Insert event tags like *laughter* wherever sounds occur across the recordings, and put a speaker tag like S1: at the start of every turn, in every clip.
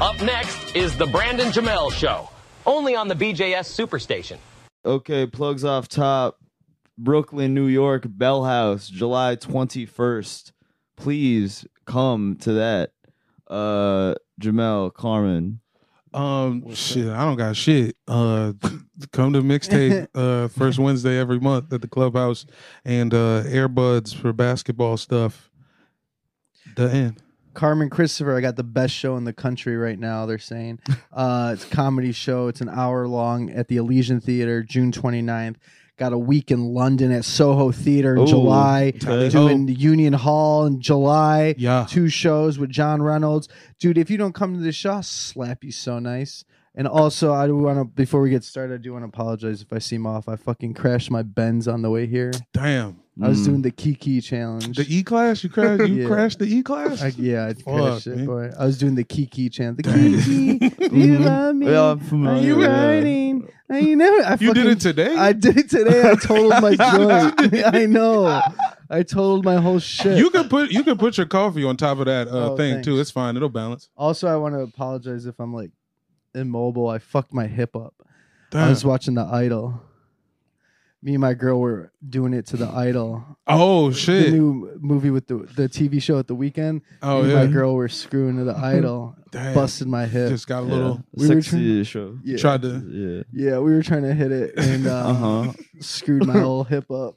S1: Up next is the Brandon Jamel Show, only on the BJS Superstation.
S2: Okay, plugs off top. Brooklyn, New York, Bell House, July 21st. Please come to that. Uh Jamel, Carmen.
S3: Um, shit, I don't got shit. Uh, *laughs* come to
S4: *laughs*
S3: mixtape uh first Wednesday every month at the clubhouse, and uh Airbuds for basketball stuff. The end.
S4: Carmen Christopher, I got the best show in the country right now,
S3: *laughs*
S4: they're saying. Uh, it's a comedy show. It's an hour long at the Elysian Theater, June 29th. Got a week in London at Soho Theater in
S2: Ooh,
S4: July.
S2: okay.
S4: Doing Union Hall in July.
S3: Yeah.
S4: Two shows with John Reynolds. Dude, if you don't come to the show, I'll slap you so nice. And also, I do want to, before we get started, I do want to apologize if I seem off. I fucking crashed my Benz on the way here.
S3: Damn.
S4: I was
S2: Mm.
S4: doing the Kiki challenge.
S3: The E class. You crashed. You
S4: *laughs* Yeah.
S3: crashed the E class.
S4: I, yeah, I'd crash
S3: Fuck,
S4: it,
S3: man. Mm-hmm.
S4: boy. I was doing the Kiki
S3: *laughs*
S4: chant. The
S3: Dang.
S4: Kiki, do you love me?
S2: Yeah, I'm
S4: Are
S2: familiar
S4: you
S2: with that.
S4: riding? Are you never? I
S3: you did
S4: fucking-
S3: it today.
S4: I did it today. I
S3: *laughs*
S4: totaled my joint. *laughs* I know. I totaled my whole shit.
S3: you can put you can put your coffee on top of that uh,
S4: Oh,
S3: thing too.
S4: thanks.
S3: It's fine. It'll balance.
S4: also, I want to apologize if I'm like immobile. I fucked my hip up. I
S3: Damn.
S4: was watching The Idol. Me and my girl were doing it to The Idol,
S3: oh
S4: the
S3: shit.
S4: new movie with the the TV show at the weekend.
S3: oh
S4: me
S3: yeah.
S4: and my girl were screwing to The Idol,
S3: Damn.
S4: busted my hip.
S3: Just got a
S2: Yeah.
S3: little.
S4: We were
S2: sexy show.
S4: yeah.
S3: Tried to.
S2: Yeah.
S4: Yeah, we were trying to hit it
S2: *laughs*
S4: and uh,
S2: Uh-huh.
S4: screwed my whole hip up.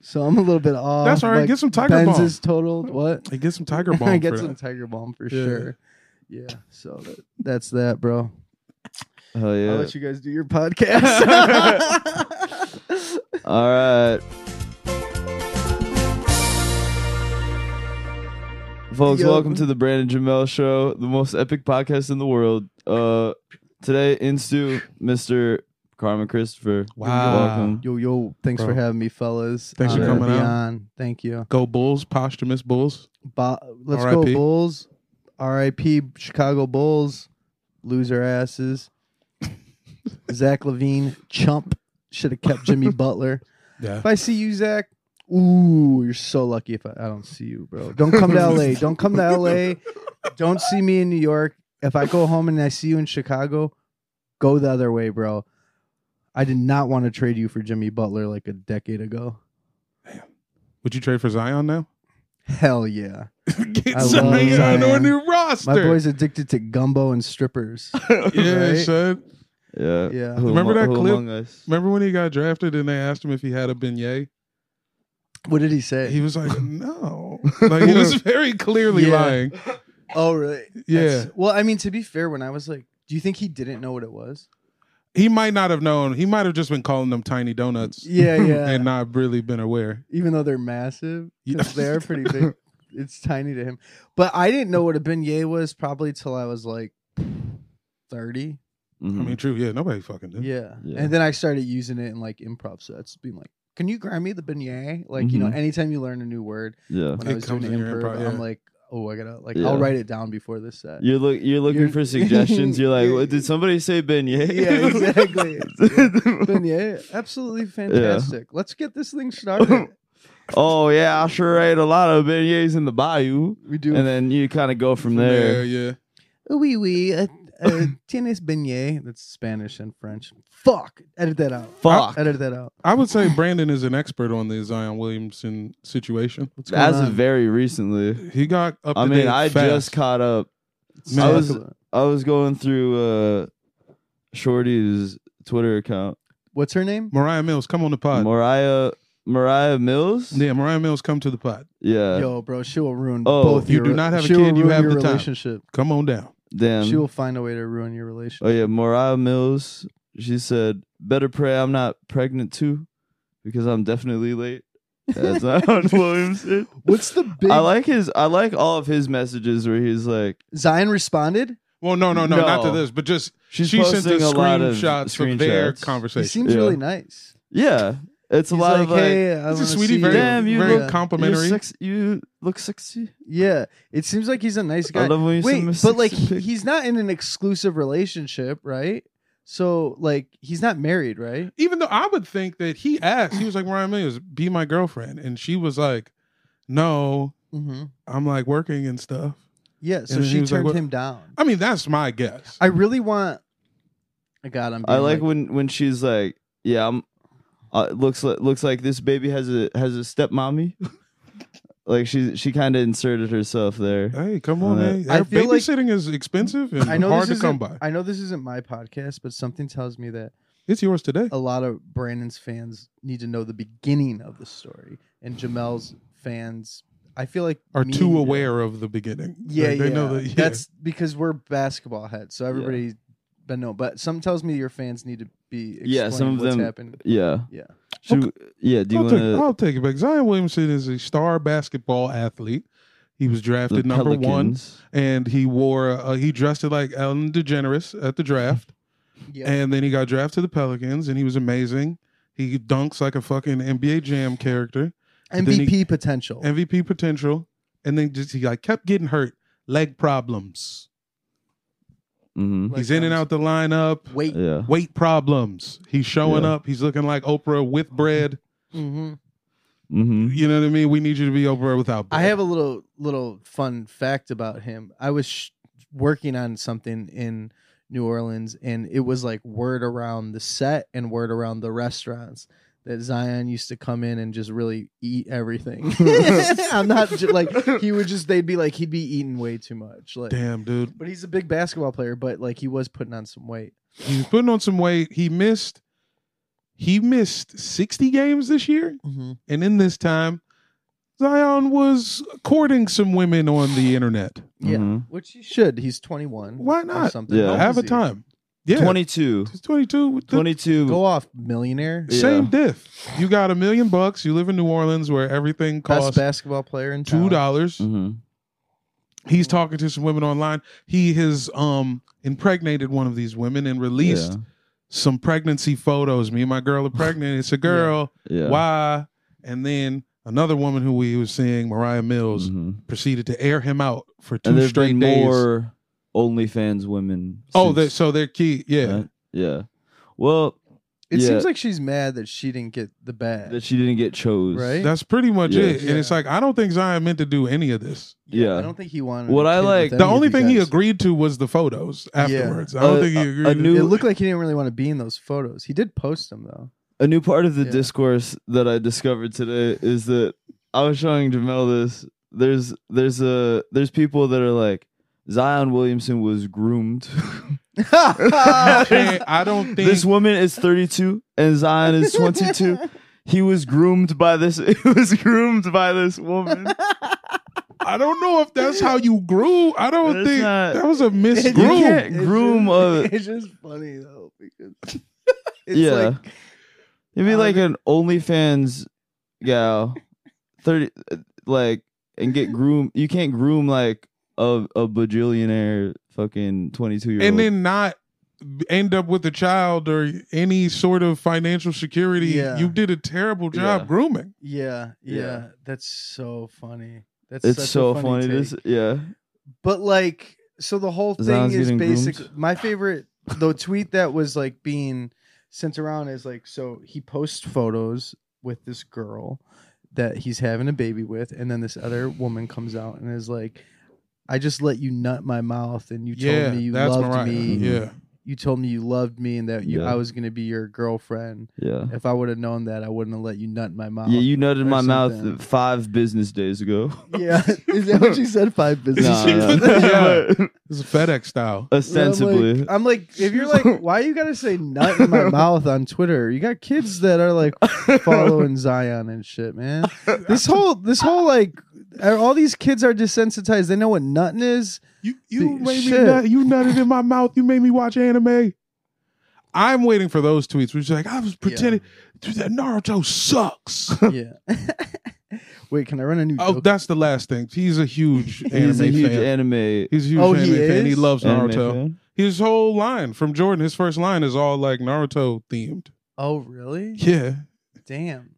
S4: So I'm a little bit off.
S3: That's all right.
S4: Like,
S3: Get some Tiger
S4: Benz
S3: Balm.
S4: is totaled. What?
S3: Hey, Get some Tiger *laughs* Balm.
S4: *laughs* I get
S3: for
S4: some
S3: that.
S4: Tiger Balm for
S3: Yeah.
S4: sure. Yeah. So that, that's that, bro.
S2: Hell yeah.
S4: I'll let you guys do
S3: *laughs*
S4: your podcast.
S2: All right. Folks,
S4: Yo.
S2: welcome to the Brandon Jamel Show, the most epic podcast in the world. Uh, today, in Stu, Mr. Carmen Christopher.
S3: Wow.
S2: Welcome.
S4: yo, yo, thanks
S3: Bro.
S4: for having me, fellas.
S3: Thanks
S2: for
S4: Honored to
S3: coming
S4: be
S3: out.
S4: on. Thank you.
S3: Go Bulls. Posthumous Bulls.
S4: Bo- Let's go,
S3: R.I.P..
S4: Bulls. RIP, Chicago Bulls.
S3: *laughs*
S4: Loser asses. Zach Levine, chump. Should have
S3: *laughs*
S4: kept Jimmy Butler.
S3: Yeah.
S4: If I see you, Zach, ooh, you're so lucky if I, I don't see you, bro. Don't come to LA. Don't come to LA. Don't see me in New York. If I go home and I see you in Chicago, go the other way, bro. I did not want to trade you for Jimmy Butler like a decade ago.
S3: Would you trade for Zion now?
S4: Hell yeah.
S3: Get
S4: I
S3: some
S4: love
S3: Zion on
S4: Zion.
S3: your roster.
S4: My *laughs* boy's addicted to gumbo
S3: *laughs*
S4: and strippers.
S3: yeah,
S4: right?
S3: son.
S2: Yeah.
S4: Yeah.
S2: Who
S3: Remember
S2: amo-
S3: that
S2: who
S3: clip?
S2: Among us?
S3: Remember when he got drafted and they asked him if he had a beignet?
S4: What did he say?
S3: He was
S4: *laughs*
S3: like, "No." Like he was very clearly
S4: Yeah.
S3: lying.
S4: oh, really?
S3: Yeah.
S4: That's- well, I mean, to be fair, when I was like, do you think he didn't know what
S3: *laughs*
S4: it was?
S3: He might not have known. He might have just been calling them tiny donuts.
S4: Yeah, yeah.
S3: and not really been aware.
S4: even though they're massive,
S3: Yeah.
S4: 'cause they are pretty
S3: *laughs*
S4: big. It's tiny to him. But I didn't know what a beignet was probably till I was like 30.
S2: Mhm.
S3: I mean, true. Yeah, nobody fucking did.
S4: Mm. Yeah.
S2: Yeah.
S4: And then I started using it in like improv sets, being like, can you grab me the beignet? Like, you know,
S2: Mhm.
S4: anytime you learn a new word,
S2: Mm-hmm. yeah.
S4: when
S3: Mm-hmm. It
S4: I was doing
S3: comes in
S4: improv,
S3: your improv, yeah.
S4: I'm like, oh, I gotta, like,
S2: Yeah.
S4: I'll write it down before this set.
S2: You're look. You're looking
S4: You're-
S2: for suggestions. You're like, "What- did somebody say beignet?
S4: *laughs*
S2: *laughs*
S3: *laughs*
S4: Yeah, exactly. beignet, absolutely fantastic. Let's get this
S3: *laughs*
S4: thing started.
S2: oh yeah, I sure ate a lot of beignets in the bayou,
S4: We do.
S2: and then you kind of go from
S3: Yeah,
S2: there.
S3: yeah.
S4: Oui, oui. Uh, uh, tienes beignet. That's Spanish and French. Fuck. Edit that out.
S2: Fuck.
S4: Edit that out.
S3: I would say Brandon is an expert on the Zion Williamson situation.
S4: What's going
S2: As of
S4: on?
S2: very recently,
S3: He got up.
S2: I
S3: to
S2: mean,
S3: date
S2: I
S3: fast.
S2: just caught up.
S4: Let's
S2: I
S4: talk
S2: was-
S4: about-
S2: I was going through uh Shorty's Twitter account.
S4: What's her name?
S3: Mariah Mills, come on the pod.
S2: Mariah Mariah Mills?
S3: yeah, Mariah Mills, come to the pod.
S2: Yeah.
S4: Yo, bro, she will ruin
S2: Oh,
S4: both.
S3: you
S4: your,
S3: do not have a
S4: she will
S3: kid, you
S4: ruin
S3: have
S4: your
S3: the time.
S4: relationship.
S3: Come on down.
S2: Damn.
S4: She will find a way to ruin
S2: *laughs*
S4: your relationship.
S2: oh yeah, Mariah Mills. She said, Better pray I'm not pregnant too, because I'm definitely late. That's not
S4: *laughs*
S2: on Williamson.
S4: What's the big
S2: I like his I like all of his messages where he's like
S4: Zion responded?
S3: Well, no, no, no, not to
S2: No.
S3: this, but just
S2: she's
S3: she sent
S2: posting
S3: us
S2: a lot of
S3: screenshots of their
S2: screenshots.
S4: He
S3: conversation.
S4: seems
S2: Yeah.
S4: really nice.
S2: Yeah. It's a
S4: He's
S2: lot
S4: like,
S2: of like
S4: hey, I
S3: He's
S4: wanna
S3: a sweetie,
S4: see
S3: very,
S2: Damn, you
S3: very
S2: look-
S3: complimentary.
S2: "You're sex- you look sexy.
S4: Yeah, it seems like he's a nice guy.
S2: I love when you
S4: Wait,
S2: send me
S4: but
S2: sexy
S4: like he,
S2: pic.
S4: he's not in an exclusive relationship, right? So like he's not married, right?
S3: Even though I would think that he asked, he was like, Mariah Mills, be my girlfriend. And she was like, no,
S4: Mm-hmm.
S3: I'm like working and stuff.
S4: Yeah, so
S3: And he
S4: she
S3: was like,
S4: turned
S3: "What?"
S4: him down.
S3: I mean, that's my guess.
S4: I really want. I got him.
S2: I like when when she's like, "Yeah, I'm." Uh, it looks like looks like this baby has a has a stepmommy.
S4: *laughs*
S2: like she she kind of inserted herself there.
S3: Hey, come on,
S2: Uh,
S3: man.
S4: I
S3: Our
S4: feel like-
S3: babysitting is expensive and
S4: I know
S3: hard
S4: this
S3: to
S4: isn't-
S3: come by.
S4: I know this isn't my podcast, but something tells me that
S3: It's yours today.
S4: a lot of Brandon's fans need to know the beginning of the story, and Jamel's fans, I feel like,
S3: Are
S4: me-
S3: too aware of the beginning.
S4: Yeah,
S3: Like, they
S4: yeah.
S3: know that. yeah.
S4: That's because we're basketball heads, so everybody's been known. But some tells me your fans need to be explained
S2: Yeah, some of
S4: what's
S2: them-
S4: happened.
S2: Yeah.
S4: Yeah.
S2: Should we- yeah. Do you
S3: I'll,
S2: want
S3: take,
S2: to
S3: I'll take it back. Zion Williamson is a star basketball athlete. He was drafted number one, and he wore uh, he dressed it like Ellen DeGeneres at the draft,
S4: *laughs* Yeah.
S3: and then he got drafted to the Pelicans, and he was amazing. He dunks like a fucking NBA Jam character, then he-
S4: MVP potential.
S3: MVP potential, and then just he like kept getting hurt, leg problems.
S2: Mm-hmm.
S4: Like,
S3: He's in and
S4: um,
S3: out the lineup,
S4: Wait.
S2: Yeah.
S3: weight problems. He's showing
S2: Yeah.
S3: up. He's looking like Oprah with bread.
S4: Mm-hmm.
S2: Mm-hmm.
S3: You know what I mean? We need you to be Oprah without. Bread.
S4: I have a little little fun fact about him. I was sh- working on something in New Orleans, and it was like word around the set and word around the restaurants that Zion used to come in and just really eat
S3: *laughs*
S4: everything. *laughs* I'm not ju- like he would just they'd be like he'd be eating way too much. Like,
S3: damn dude.
S4: but he's a big basketball player, but like he was putting on some weight.
S3: He was putting on some weight. He missed. He missed sixty games this year, and in this time, Zion was courting some women on the internet.
S4: Yeah,
S2: Mhm.
S4: which he should. He's 21.
S3: Why
S4: or
S3: not?
S4: something.
S2: Yeah.
S4: How old
S3: have a
S4: is he?
S3: time. Yeah,
S2: 22.
S3: He's twenty-two. With the
S2: 22.
S4: Go off, millionaire.
S2: Yeah.
S3: Same diff. You got a million bucks. You live in New Orleans where everything
S4: Best
S3: costs
S4: basketball player in town.
S3: two dollars.
S2: hmm
S3: He's talking to some women online. He has um impregnated one of these women and released
S2: Yeah.
S3: some pregnancy photos. Me and my girl are pregnant. It's a girl.
S2: *laughs* Yeah.
S3: Why? And then another woman who we was seeing, Mariah Mills,
S2: Mhm.
S3: proceeded to air him out for
S2: And
S3: two
S2: there's
S3: straight
S2: been
S3: days.
S2: more OnlyFans women.
S3: oh, they,
S2: since
S3: so they're key. Yeah.
S2: that. Yeah. Well,
S4: It
S2: Yeah.
S4: seems like she's mad that she didn't get the bag.
S2: that she didn't get chose.
S4: Right?
S3: That's pretty much
S2: Yeah.
S3: it. And it's like, I don't think Zion meant to do any of this.
S2: Yeah.
S4: I don't think he wanted.
S2: What
S4: a
S2: I
S4: kid with
S2: like-
S4: any
S3: The
S4: of
S3: only
S4: you
S3: thing he
S4: guys.
S3: agreed to was the photos afterwards. I don't
S2: A-
S3: think he
S2: a-
S3: agreed.
S2: a
S3: to-
S4: *laughs*
S2: new-
S4: It looked like he didn't really want to be in those photos. He did post them
S3: *laughs*
S4: though.
S2: a new part of the
S4: Yeah.
S2: discourse that I discovered today is that I was showing Jamel this. There's there's a there's people that are like Zion Williamson was groomed. *laughs*
S3: Okay, I don't think
S2: this woman is 32 and Zion *laughs* is 22. he was groomed by this. *laughs* He was groomed by this *laughs* woman.
S3: I don't know if that's how you grew. I don't
S2: That's
S3: think
S2: not-
S3: that was
S2: You
S3: a misgroom.
S2: can't groom a.
S4: It's just, *laughs* it's just funny though because *laughs* it's
S2: Yeah.
S4: like
S2: You'd be
S4: I
S2: like an OnlyFans gal, thirty, uh, like, and get groom. You can't groom like a a bajillionaire fucking twenty two year old.
S3: and then not end up with a child or any sort of financial security.
S4: Yeah.
S3: You did a terrible job
S2: Yeah.
S3: grooming.
S4: yeah, yeah,
S2: Yeah.
S4: That's so funny. That's
S2: it's
S4: such
S2: so
S4: a
S2: funny.
S4: funny.
S2: This,
S4: take.
S2: yeah,
S4: But like, so the whole thing
S2: Zion's
S4: is
S2: getting
S4: basically
S2: groomed?
S4: my favorite. The tweet that was like being sent around is like, so he posts photos with this girl that he's having a baby with, and then this other woman comes out and is like, "I just let you nut my mouth, and you
S3: yeah,
S4: told me you
S3: that's
S4: loved
S3: Mariah.
S4: me.
S3: Yeah,
S4: You told me you loved me, and that you,
S2: Mm-hmm. Yeah.
S4: I was gonna be your girlfriend.
S2: yeah,
S4: If I would have known that, I wouldn't have let you nut my mouth."
S2: yeah. You nutted my
S4: something.
S2: mouth five business days ago.
S4: *laughs*
S2: *laughs*
S4: yeah, is that what she said? Five business.
S3: *laughs*
S2: Nah,
S3: she
S4: days?
S2: nah.
S3: put that-
S4: *laughs*
S2: But
S3: it's a FedEx style.
S2: ostensibly.
S4: I'm like, if you're like, why you gotta say nut in my mouth on Twitter? You got kids that are like following Zion and shit, man. This whole, this whole like, all these kids are desensitized. They know what nutting is.
S3: You you
S4: The-
S3: made me
S4: shit.
S3: nut, you nutted in my mouth. You made me watch anime. I'm waiting for those tweets. Which is like I was pretending. Dude, that Naruto sucks.
S4: Yeah. *laughs* Wait, can I run a new?
S3: oh,
S4: joke?
S3: that's the last thing. He's a huge anime
S2: He's a huge
S3: fan.
S2: anime.
S3: He's a huge
S4: Oh,
S3: anime
S4: he
S3: fan. He
S4: is?
S3: loves
S2: anime
S3: Naruto.
S2: fan.
S3: His whole line from Jordan, his first line is all like Naruto themed. *laughs*
S4: oh, really?
S3: Yeah.
S4: Damn.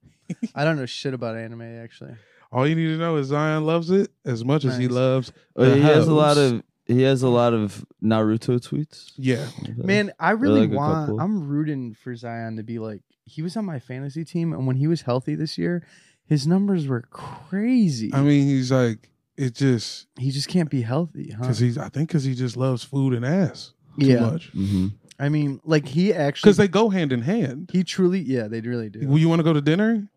S4: I don't know shit about anime actually.
S3: All you need to know is Zion loves it as much as he
S4: Nice.
S3: loves.
S2: Oh,
S3: the
S2: he has a lot
S3: hoes.
S2: of. He has a lot of Naruto tweets.
S3: Yeah.
S4: Man, I really
S2: like a
S4: want.
S2: couple.
S4: I'm rooting for Zion to be like. He was on my fantasy
S3: Um,
S4: team, and when he was healthy this year, his numbers were crazy.
S3: I mean, he's like It just
S4: He just can't be healthy, huh?
S3: because he's I think because he just loves food and ass too
S4: yeah.
S3: much
S2: hmm
S4: I mean, like he actually
S3: because they go hand in hand.
S4: he truly yeah, they really do.
S3: Well, you want to go to dinner?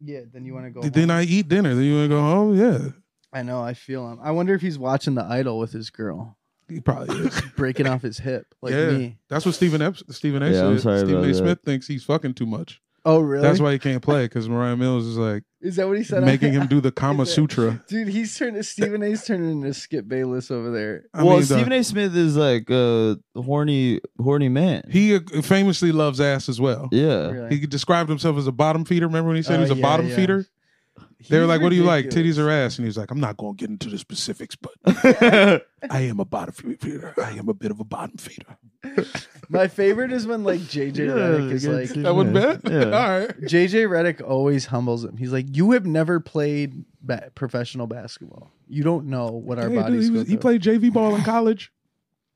S4: yeah, then you want to go
S3: Then
S4: home.
S3: I eat dinner. Then you want to go home? Yeah,
S4: I know, I feel him. I wonder if he's watching the idol with his girl,
S3: he probably
S4: *laughs*
S3: is.
S4: breaking off his hip like
S3: Yeah.
S4: me.
S3: That's what Stephen Ep- Stephen A.
S2: Yeah, I'm
S3: said.
S2: sorry
S3: Stephen
S2: about
S3: A.
S2: that.
S3: Smith thinks he's fucking too much.
S4: Oh, really?
S3: That's why he can't play because Mariah Mills is like
S4: Is that what he said? *laughs*
S3: making him do the Kama
S4: Is it-
S3: Sutra.
S4: Dude, he's turned Stephen A's turning into Skip Bayless over there.
S3: I
S2: well,
S3: mean, the-
S2: Stephen A. Smith is like a horny, horny man.
S3: he uh, famously loves ass as well.
S2: yeah,
S4: Really.
S3: He described himself as a bottom feeder. Remember when he said
S4: Oh,
S3: he was a
S4: yeah,
S3: bottom
S4: yeah.
S3: feeder? They were
S4: He's
S3: like, "What do you like,
S4: ridiculous.
S3: titties or ass?" And he was like, "I'm not going to get into the specifics,
S2: *laughs*
S3: but I am a bottom feeder. I am a bit of a bottom feeder."
S4: My favorite is when like JJ Redick is like
S3: That would bet.
S4: *laughs*
S2: Yeah. *laughs*
S3: All right.
S4: JJ Redick always humbles him. He's like, "You have never played ba- professional basketball. You don't know what our
S3: Hey, dude,
S4: bodies
S3: he,
S4: go
S3: was- he
S4: through."
S3: played JV ball in college.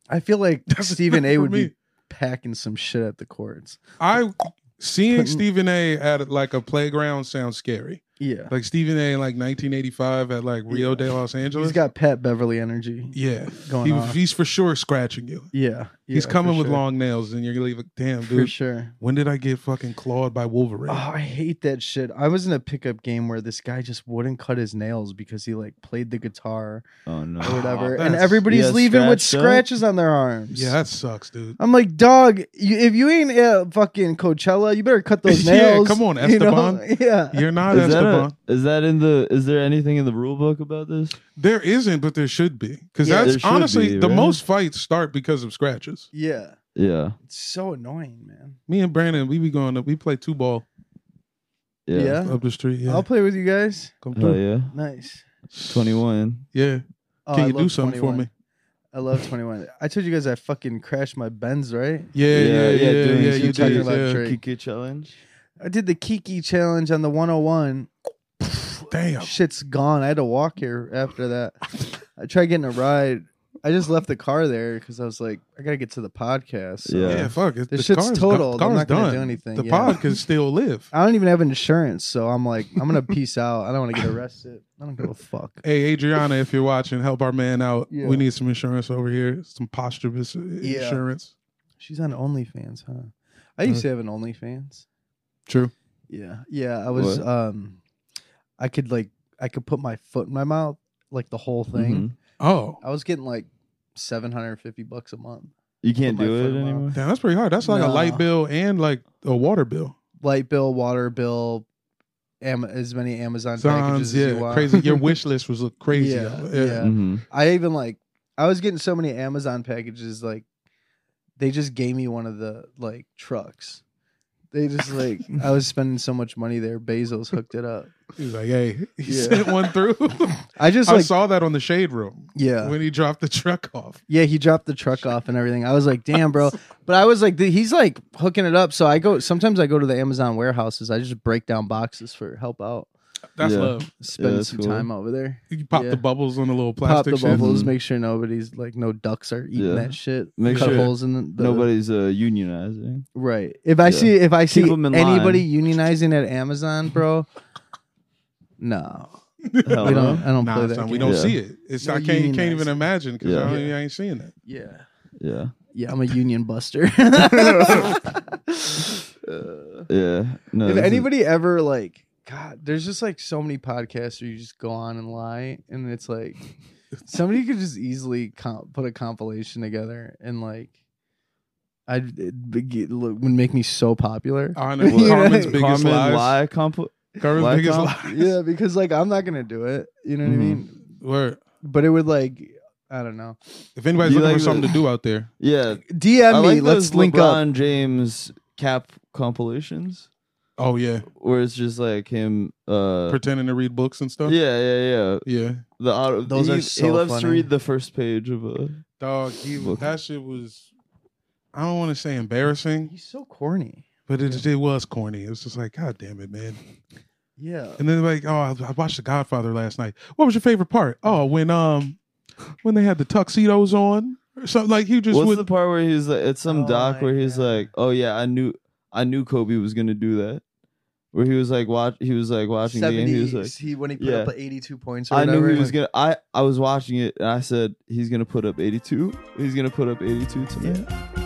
S4: I feel like
S3: That's
S4: Stephen A
S3: for
S4: would
S3: me.
S4: be packing some shit at the courts.
S3: I seeing
S4: Putting-
S3: Stephen A. at like a playground sounds scary.
S4: Yeah,
S3: Like Stephen A. in like 1985 at like Rio de Los Angeles.
S4: he's got Pat Beverly energy
S3: yeah,
S4: going
S3: he,
S4: on.
S3: he's for sure scratching you.
S4: yeah,
S3: he's
S4: yeah,
S3: coming
S4: for
S3: with
S4: sure.
S3: long nails, and you're gonna leave. a- Damn,
S4: for
S3: dude.
S4: sure.
S3: When did I get fucking clawed by Wolverine?
S4: Oh, I hate that shit. I was in a pickup game where this guy just wouldn't cut his nails because he like played the guitar
S2: Oh no.
S4: or whatever,
S3: that's-
S4: and everybody's
S2: Yeah,
S4: leaving with
S2: scratched up.
S4: scratches on their arms.
S3: yeah, that sucks,
S4: *laughs*
S3: dude.
S4: I'm like, dog, you, if you ain't at fucking Coachella, you better cut
S3: *laughs*
S4: those
S3: Yeah,
S4: nails.
S3: come on,
S4: *laughs* you know?
S3: Esteban.
S4: Yeah.
S3: You're not
S2: Is that, a,
S3: Esteban.
S2: is that in the? Is there anything in the rule book about this?
S3: There isn't, but there should be. Because
S4: Yeah,
S2: there
S3: that's
S2: should
S3: honestly
S2: be,
S3: the
S2: right?
S3: most fights start because of scratches.
S4: Yeah.
S2: Yeah,
S4: It's so annoying, man.
S3: Me and Brandon, we be going up. We play two ball
S2: yeah,
S4: Yeah.
S3: up the street. Yeah,
S4: I'll play with you guys.
S3: come
S2: Hell
S3: through.
S2: yeah.
S4: Nice.
S2: Twenty one.
S3: Yeah,
S4: Oh,
S3: can
S4: I
S3: you do
S4: love
S3: something
S4: 21.
S3: for me?
S4: I love 21. I told you guys I fucking crashed my Benz, right?
S3: Yeah, yeah, yeah, yeah.
S2: doing some
S3: you
S4: talking
S3: did.
S4: about
S3: yeah.
S4: Drake.
S2: Kiki challenge.
S4: I did the Kiki challenge on the 101.
S3: Damn.
S4: Shit's gone. I had to walk here after that. I tried getting a ride. I just left the car there because I was like, I got to get to the podcast. So.
S2: Yeah.
S3: Yeah, fuck. It,
S4: This
S3: the
S4: shit's
S3: car's go-
S4: totaled. I'm
S3: car's
S4: not gonna
S3: done.
S4: do anything,
S3: The
S4: yeah.
S3: pod can still live.
S4: I don't even have insurance, so I'm like, I'm gonna peace out. I don't want to get arrested. I don't give a fuck.
S3: *laughs* Hey, Adriana, if you're watching, help our man out.
S4: Yeah.
S3: We need some insurance over here. Some posthumous uh,
S4: Yeah.
S3: insurance.
S4: She's on OnlyFans, huh? I used to have an OnlyFans.
S3: True.
S4: Yeah, yeah. I was,
S2: What?
S4: um, I could like, I could put my foot in my mouth, like the whole thing.
S3: Oh,
S4: I was getting like 750 bucks a month.
S2: You can't
S4: Put my
S2: do
S4: foot
S2: it
S4: in my mouth.
S2: anymore.
S3: damn, that's pretty hard. That's like a
S4: No.
S3: light bill and like a water bill.
S4: Light bill, water bill, am- as many Amazon
S3: Sounds
S4: packages as you
S3: yeah,
S4: want.
S3: crazy.
S4: *laughs*
S3: Your wish list was look crazy.
S4: Yeah,
S3: though.
S4: yeah.
S2: Mm-hmm.
S4: I even like I was getting so many Amazon packages like they just gave me one of the like trucks. They just like I was spending so much money there. Bezos hooked it up.
S3: He was like, "Hey, *laughs* he
S4: Yeah.
S3: sent one
S4: *laughs*
S3: through." *laughs*
S4: I just
S3: I
S4: like
S3: saw that on the shade room
S4: yeah.
S3: when he dropped the truck off.
S4: yeah, he dropped the truck off and everything. I
S2: *laughs*
S4: was like, "Damn, bro!" But I was like, th- "He's like hooking it up." So I go. Sometimes I go to the Amazon warehouses. I just break down boxes for help out.
S3: That's
S2: Yeah.
S3: love.
S4: Spend
S2: that's
S4: some
S2: cool.
S4: time over there.
S3: You pop
S4: Yeah.
S3: the bubbles on the little
S4: Pop
S3: plastic
S4: the
S3: shit.
S4: bubbles. Make sure nobody's like no ducks are eating
S2: Yeah.
S4: that shit.
S2: Make
S4: Cut
S2: sure
S4: holes in the, the
S2: Nobody's uh, *laughs* unionizing.
S4: Right. If I
S2: Yeah.
S4: see if I see
S2: 'em in
S4: anybody unionizing at Amazon, bro, no,
S2: Hell
S4: we
S2: no.
S4: don't. I don't
S3: Nah,
S4: play
S3: son,
S4: that.
S3: we
S4: game.
S3: don't
S2: Yeah.
S3: see it. It's
S4: No
S3: I can't
S4: union
S3: can't
S4: nights.
S3: even imagine because
S2: Yeah.
S3: I, don't- I ain't seeing that.
S4: Yeah,
S2: Yeah.
S3: *laughs*
S4: yeah. I'm a union buster. *laughs*
S2: Yeah. No.
S4: if
S2: this is-
S4: anybody ever like, God, there's just like so many podcasts where you just go on and lie, and
S2: *laughs*
S4: it's like somebody could just easily comp- put a compilation together and like. I'd it'd be- get- look, would make me so popular.
S2: *laughs*
S3: Honestly,
S4: You know,
S3: Carmen's biggest
S2: Carmen
S3: lies.
S2: lie compl-
S3: Carmen's
S2: lie
S3: biggest
S2: comp-
S3: lies.
S4: *laughs* Yeah, because like I'm not gonna do it. You know what
S2: Mhm.
S4: I mean?
S3: Word.
S4: But it would like I don't know.
S3: If anybody's
S2: You
S3: looking
S2: like
S3: for something
S2: the-
S3: to do out there,
S2: Yeah.
S4: DM
S2: I
S4: me.
S2: like
S4: Let's
S2: those
S4: link up.
S2: LeBron James cap compilations
S3: oh yeah,
S2: where it's just like him. Uh,
S3: pretending to read books and stuff.
S2: yeah, yeah, yeah.
S3: yeah.
S2: The auto,
S4: Those
S2: he,
S4: are
S2: he
S4: so
S2: loves to
S4: funny.
S2: read the first page of a.
S3: Dog, he,
S2: Book.
S3: that shit was. I don't want to say embarrassing,
S4: He's so corny.
S3: but it, it was corny. It was just like, God damn it, man.
S4: Yeah.
S3: And then like, oh, I I watched The Godfather last night. What was your favorite part? Oh, when um, when they had the tuxedos on or something. Like he just
S2: What's
S3: would.
S2: the part where he's like, it's some
S4: Oh
S2: doc
S4: my
S2: where he's
S4: God.
S2: like, oh yeah, I knew, I knew Kobe was gonna do that, where he was like watch he was like watching the game. He was like,
S4: he when he put
S2: yeah.
S4: up the 82 points or
S2: I knew
S4: whatever,
S2: he was
S4: like,
S2: gonna. I I was watching it and I said he's gonna put up 82. He's gonna put up 82 tonight.